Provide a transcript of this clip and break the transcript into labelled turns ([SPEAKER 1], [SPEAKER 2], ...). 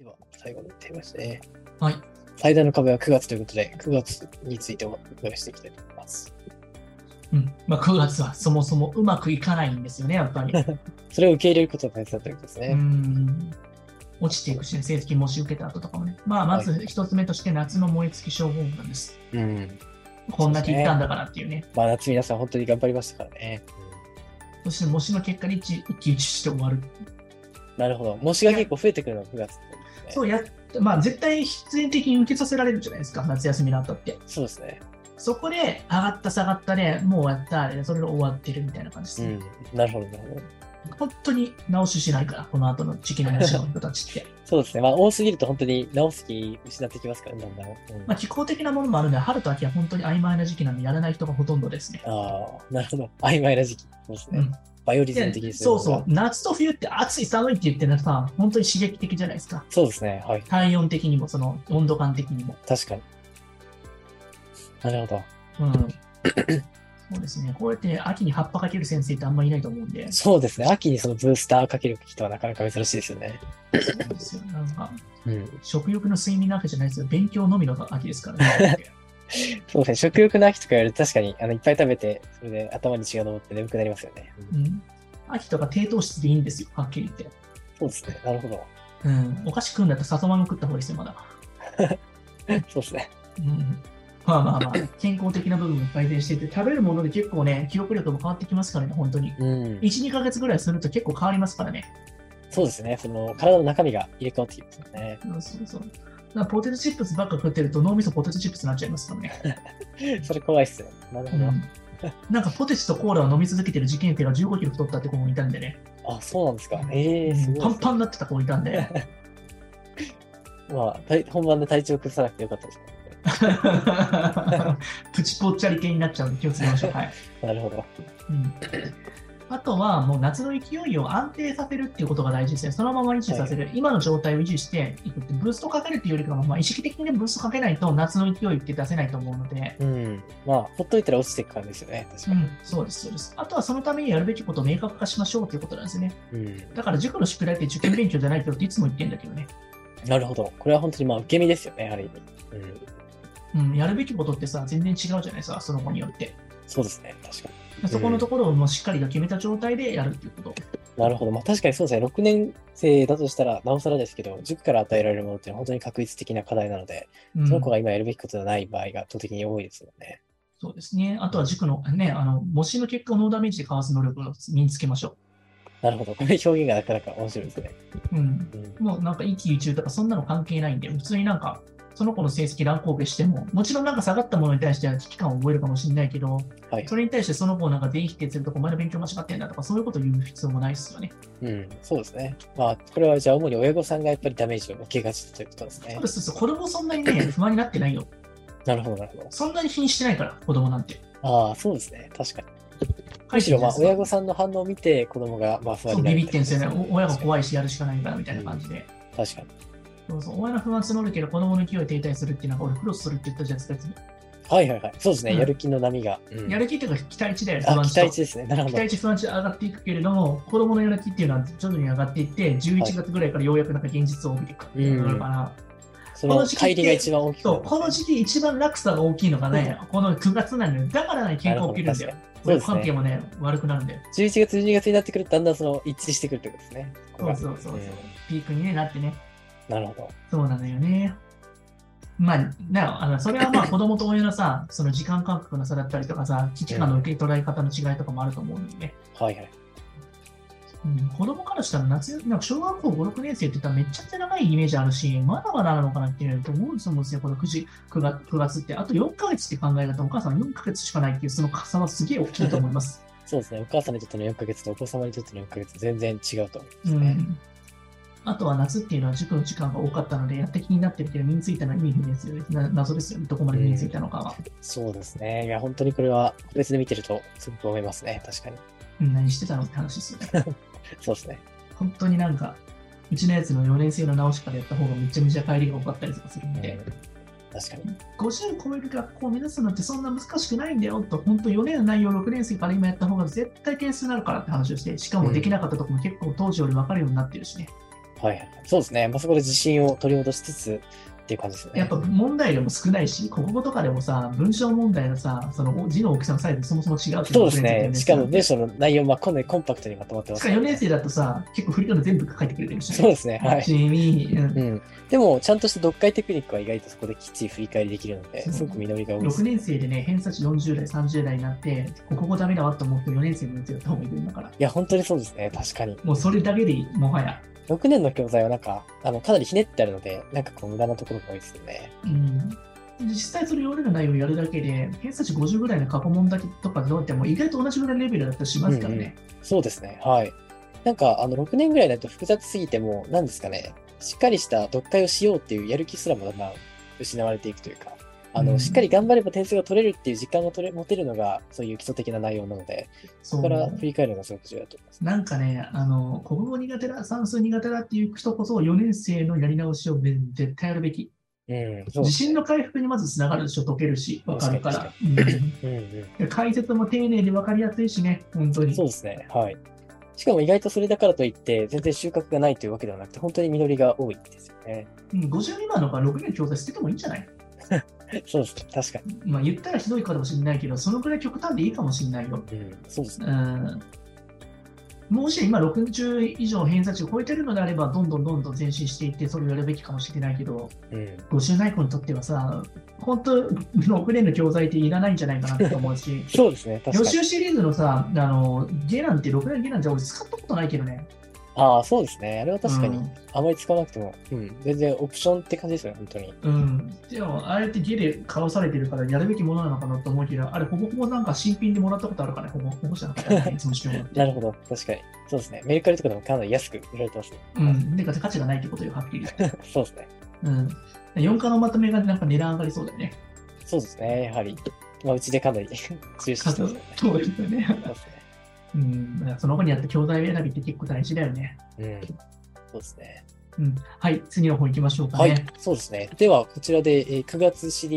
[SPEAKER 1] では、最後のテーマですね。
[SPEAKER 2] はい。
[SPEAKER 1] 最大の壁は9月ということで、9月についてお伺いしていきたいと思います。
[SPEAKER 2] うん。まあ、9月はそもそもうまくいかないんですよね、やっ ぱり。
[SPEAKER 1] それを受け入れることが大切だということです
[SPEAKER 2] う
[SPEAKER 1] ね。
[SPEAKER 2] ん。落ちていくしね、成績模試受けた後とかもね。まあ、まず一つ目として夏の燃え尽き症候群です。
[SPEAKER 1] うん。
[SPEAKER 2] こんだけいったんだからっていうね。
[SPEAKER 1] まあ、夏皆さん本当に頑張りましたからね。
[SPEAKER 2] そして模試の結果に一一喜一憂して終わる。
[SPEAKER 1] なるほど。模試が結構増えてくるのが9月ってことですね。
[SPEAKER 2] そうやっ、まあ、絶対必然的に受けさせられるじゃないですか、夏休みの後って。
[SPEAKER 1] そうですね。
[SPEAKER 2] そこで、上がった下がったで、もう終わった、でそれで終わってるみたいな感じです
[SPEAKER 1] う
[SPEAKER 2] ね。
[SPEAKER 1] ん。なるほど、なるほど。
[SPEAKER 2] 本当に直ししないから、この後の時期の模試の人たちって。
[SPEAKER 1] そうですね。まあ、多すぎると本当に直す気失ってきますからね、だんだん。うん、
[SPEAKER 2] まあ、
[SPEAKER 1] あ
[SPEAKER 2] 気候的なものもあるので、春と秋は本当に曖昧な時期なんで、やらない人がほとんどですね。
[SPEAKER 1] あー、なるほど。曖昧な時期。そうですね。
[SPEAKER 2] うん
[SPEAKER 1] バイオリズム的
[SPEAKER 2] で
[SPEAKER 1] に
[SPEAKER 2] そうそう、。夏と冬って暑い寒いって言ってるのはさ、本当に刺激的じゃないですか。
[SPEAKER 1] そうですね。はい。
[SPEAKER 2] 体温的にも、その温度感的にも。
[SPEAKER 1] 確かに。なるほ
[SPEAKER 2] うん。そうですね、こうやって秋に葉っぱかける先生ってあんまりいないと思うんで
[SPEAKER 1] ど。、そうですね。秋にそのブースターかける人はなかなか珍しいですよね。
[SPEAKER 2] そうですよなんか
[SPEAKER 1] うん。
[SPEAKER 2] 食欲の睡眠なわけじゃないですよ、勉強のみの秋ですからね。
[SPEAKER 1] そうですね。食欲の秋とか言われると確かにあのいっぱい食べて、それで頭に血が上って眠くなりますよね。うん
[SPEAKER 2] うん、秋とか低糖質でいいんですよ、はっきり言って。
[SPEAKER 1] そうですね。なるほど。
[SPEAKER 2] うん、お菓子食うんだったら、さとまも食った方がいいですよ、まだ。
[SPEAKER 1] そうですね。
[SPEAKER 2] うんまあまあまあ、健康的な部分も改善してて、食べるもので結構ね、記憶力も変わってきますからね、本当に。
[SPEAKER 1] うん。
[SPEAKER 2] 1、2ヶ月ぐらいすると結構変わりますからね。
[SPEAKER 1] そうですね。その体の中身が入れ替わってきますよね。
[SPEAKER 2] うんそうそう。だからポテトチップスばっか食ってると脳みそポテトチップスになっちゃいますからね。
[SPEAKER 1] それ怖いっすよね。なる
[SPEAKER 2] う
[SPEAKER 1] ほど。
[SPEAKER 2] ん、なんかポテチとコーラを飲み続けてる事件っていうのは15キロ太ったって子もいたんでね。
[SPEAKER 1] あ、そうなんですか。ええー、す
[SPEAKER 2] うん
[SPEAKER 1] ご
[SPEAKER 2] パ
[SPEAKER 1] い
[SPEAKER 2] ン
[SPEAKER 1] ですね、
[SPEAKER 2] パンになってた子もいたんで。
[SPEAKER 1] まあ、体本番で体調崩さなくてよかったですね。
[SPEAKER 2] プチぽっちゃり系になっちゃうんで気をつけましょう。はい。
[SPEAKER 1] なるほど。
[SPEAKER 2] うんあとはもう夏の勢いを安定させるっていうことが大事ですね。そのまま維持させる。今の状態を維持していくって、ブーストかけるっていうよりかは、まあ、意識的にねブーストかけないと夏の勢いって出せないと思うので。
[SPEAKER 1] うん。まあ、ほっといたら落ちていく感じですよね。確
[SPEAKER 2] う
[SPEAKER 1] かに。
[SPEAKER 2] ん、そうです、そうです。あとはそのためにやるべきことを明確化しましょうということなんですね。
[SPEAKER 1] うん。
[SPEAKER 2] だから塾の宿題って受験勉強じゃないけどっていつも言ってんだけどね。
[SPEAKER 1] なるほど。これは本当にまあ受け身ですよね、ある意味。うん。
[SPEAKER 2] うん、やるべきことってさ、全然違うじゃないですか、その子によって。
[SPEAKER 1] そうですね、確か
[SPEAKER 2] そこのところをもうしっかりと決めた状態でやるっていうこと。
[SPEAKER 1] に。なるほど。まあ確かにそうですね、6年生だとしたら、なおさらですけど、塾から与えられるものって本当に確率的な課題なので、
[SPEAKER 2] うん
[SPEAKER 1] その子が今やるべきことではない場合が圧倒的に多いですよね。
[SPEAKER 2] そうですね。あとは塾のね、あの、模試の結果をノーダメージでかわす能力を身につけましょ
[SPEAKER 1] なるほど。これ表現がなかなか面白いですね。
[SPEAKER 2] う。うん。
[SPEAKER 1] うん、
[SPEAKER 2] もうなんか一喜一憂とかそんなの関係ないんで、普通になんか、その子の成績乱高下しても、もちろんなんか下がったものに対しては危機感を覚えるかもしれないけど、
[SPEAKER 1] はい。
[SPEAKER 2] それに対してその子をなんか全否定するとか、お前の勉強間違ってんだとか、そういうことを言う必要もないですよね。
[SPEAKER 1] うん、そうですね。まあ、これはじゃあ主に親御さんがやっぱりダメージを受けがちだということですね
[SPEAKER 2] そう。です、そうです子供そんなにね、不安になってないよ。
[SPEAKER 1] なるほど、なるほど。
[SPEAKER 2] そんなに気にしてないから、子供なんて。
[SPEAKER 1] ああ、そうですね。確かに。むしろ、まあ、親御さんの反応を見て、子供が、まあ、不安
[SPEAKER 2] そう
[SPEAKER 1] にな
[SPEAKER 2] ビ
[SPEAKER 1] る
[SPEAKER 2] ビってんですよね。お親が
[SPEAKER 1] い。
[SPEAKER 2] 怖いし、やるしかないからみたいな感じで。
[SPEAKER 1] 確かに。
[SPEAKER 2] そうそう親の不安募るけど、子供の勢い停滞するっていうのは、俺、クロスするって言ったじゃないですか。
[SPEAKER 1] はいはいはい。そうですね。
[SPEAKER 2] うん
[SPEAKER 1] やる気の波が。うん
[SPEAKER 2] やる気っていうか、期待値だよね、不
[SPEAKER 1] あ
[SPEAKER 2] 安
[SPEAKER 1] 期
[SPEAKER 2] 値
[SPEAKER 1] 待
[SPEAKER 2] と。
[SPEAKER 1] 値ですね。なるほ
[SPEAKER 2] 期
[SPEAKER 1] ど
[SPEAKER 2] 待。値、不安値上がっていくけれども、子供のやる気っていうのは徐々に上がっていって、11
[SPEAKER 1] はい
[SPEAKER 2] 月ぐらいからようやくなんか現実を帯びていくっていうのがあるから、
[SPEAKER 1] そ
[SPEAKER 2] この
[SPEAKER 1] の
[SPEAKER 2] 時期って
[SPEAKER 1] 帰りが一番大きくな
[SPEAKER 2] そ
[SPEAKER 1] る
[SPEAKER 2] う、この時期一番落差が大きいのがね、この9月なのよ。だからね、喧嘩起きるんだよ。
[SPEAKER 1] ほど確かに
[SPEAKER 2] 親子関係もね、悪くなるんだよ。
[SPEAKER 1] 11月、12月になってくると、だんだんその一致してくるってことですね。ここ
[SPEAKER 2] そう
[SPEAKER 1] が
[SPEAKER 2] そうそうそう、
[SPEAKER 1] ん
[SPEAKER 2] ピークに、ね、なってね。
[SPEAKER 1] なるほど。
[SPEAKER 2] そうなのよね。まあ、なあのそれはま あ子供と親のさ、その時間感覚の差だったりとかさ、危機感の受け捉え方の違いとかもあると思うんでね。
[SPEAKER 1] はいはい。
[SPEAKER 2] うん、子供からしたら夏、なんか小学校5、6年生って言ったらめっちゃくちゃ長いイメージあるし、まだまだなのかなっていうと思うんですよ、この9時 ,9 月 ,9 月って。あと4ヶ月って考え方、お母さん4ヶ月しかないっていう、その差はすげえ大きいと思います。
[SPEAKER 1] そうですね。お母さんにとっての4ヶ月とお子様にとっての4ヶ月、全然違うと思いま
[SPEAKER 2] う
[SPEAKER 1] すね。
[SPEAKER 2] ん、あとは夏っていうのは塾の時間が多かったので、やって気になってるけど、身についたのは意味不明ですよね。な謎ですよね、どこまで身についたのかは。
[SPEAKER 1] そうですね。いや、本当にこれは個別で見てると、すごく思いますね。確かに。
[SPEAKER 2] うん何してたのって話ですよね。
[SPEAKER 1] そうですね。
[SPEAKER 2] 本当になんか、うちのやつの4年生の直しからやった方がめちゃめちゃ帰りが多かったりとかするんで、
[SPEAKER 1] 確かに。
[SPEAKER 2] 50超える学校を目指すのってそんな難しくないんだよと、本当4年の内容6年生から今やった方が絶対点数になるからって話をして、しかもできなかったとこも結構当時より分かるようになってるしね。
[SPEAKER 1] はいはい。そうですね。まあ、そこで自信を取り戻しつつっていう感じですよね。
[SPEAKER 2] やっぱ問題量も少ないし、国語とかでもさ、文章問題のさ、その字の大きさのサイズそもそも違うってい
[SPEAKER 1] そうですね。しかも
[SPEAKER 2] ね。
[SPEAKER 1] 文章の内容、まあ、こんなにコンパクトにまとまってま
[SPEAKER 2] し
[SPEAKER 1] す
[SPEAKER 2] か
[SPEAKER 1] ね、
[SPEAKER 2] も4年生だとさ、結構振り仮名全部書いてくれてるし、
[SPEAKER 1] そうですね。はい。
[SPEAKER 2] 地味、うん
[SPEAKER 1] うん、でも、ちゃんとした読解テクニックは意外とそこできっちり振り返りできるので、
[SPEAKER 2] そう
[SPEAKER 1] すごく実りが多いです
[SPEAKER 2] 6。年生でね、偏差値40代、30代になって、ここダメだわと思って4年生のやつやった方がいいんだから。
[SPEAKER 1] いや、本当にそうですね。確かに。
[SPEAKER 2] もうそれだけでいい、もはや。
[SPEAKER 1] 6年の教材はなんか、あの、かなりひねってあるので、なんかこう無駄なところが多いですよね。
[SPEAKER 2] うん。実際それ4年の内容やるだけで、偏差値50ぐらいの過去問だけとかどうやっても意外と同じぐらいレベルだったりしますからね。
[SPEAKER 1] そうですね。はい。なんか、あの、6年ぐらいだと複雑すぎても、なんですかね、しっかりした読解をしようっていうやる気すらもだんだん失われていくというか、あの、
[SPEAKER 2] うん
[SPEAKER 1] しっかり頑張れば点数が取れるっていう時間を取れ持てるのが、そういう基礎的な内容なので、
[SPEAKER 2] そ
[SPEAKER 1] そうこから振り返るのがすごく重要だと思います。
[SPEAKER 2] なんかね、あの、国語苦手だ、算数苦手だっていう人こそ4年生のやり直しをめ絶対やるべき。
[SPEAKER 1] うん、そうですね
[SPEAKER 2] 自信の回復にまずつながるでしょ、解けるし、わかるから。うん
[SPEAKER 1] うんうん。
[SPEAKER 2] で解説も丁寧でわかりやすいしね、本当に。
[SPEAKER 1] そうですね。はい。しかも意外とそれだからといって、全然収穫がないというわけではなくて、本当に実りが多いんですよね。
[SPEAKER 2] うん、50未満のから6年教材捨ててもいいんじゃない
[SPEAKER 1] そうですね。確か
[SPEAKER 2] まあ言ったらひどいかもしれないけど、そのくらい極端でいいかもしれないよ。
[SPEAKER 1] に。うん。そうですね。
[SPEAKER 2] うん。もし今60以上偏差値を超えてるのであれば、どんどんどんどん前進していって、それをやるべきかもしれないけど、
[SPEAKER 1] うん。、
[SPEAKER 2] 50ない子にとってはさ、本当、6年の教材っていらないんじゃないかなって思うし
[SPEAKER 1] そうですね。 確
[SPEAKER 2] 予
[SPEAKER 1] かに。
[SPEAKER 2] 習シリーズのさ、あの、ゲランって6年ゲランじゃ俺使ったことないけどね。
[SPEAKER 1] ああ、そうですね。あれは確かに、
[SPEAKER 2] うん
[SPEAKER 1] あまり使わなくても、うん。全然オプションって感じですよね、本当に。
[SPEAKER 2] うん、でも、あれって家で買わされてるから、やるべきものなのかなと思うけど、あれ、ほぼほぼなんか新品でもらったことあるからね、ほぼほぼじゃなかったね、その仕様は
[SPEAKER 1] なるほど。確かに。そうですね。メルカリとかでもかなり安く売られてますね。
[SPEAKER 2] うん、でか価値がないってことよ、はっき り。
[SPEAKER 1] そうですね。
[SPEAKER 2] うん。4課のまとめがなんか値段上がりそうだよね。
[SPEAKER 1] そうですね。やはり。まあ、うちでかなり 中止してます
[SPEAKER 2] 数
[SPEAKER 1] ね。
[SPEAKER 2] をそうですよね。
[SPEAKER 1] そうですね。
[SPEAKER 2] うん、だからその後にやった教材選びって結構大事だよね。
[SPEAKER 1] うん。そうですね。
[SPEAKER 2] うん。はい、次の方行きましょうか
[SPEAKER 1] は
[SPEAKER 2] ね。
[SPEAKER 1] い。そうですね。では、こちらでえー9月シリーズ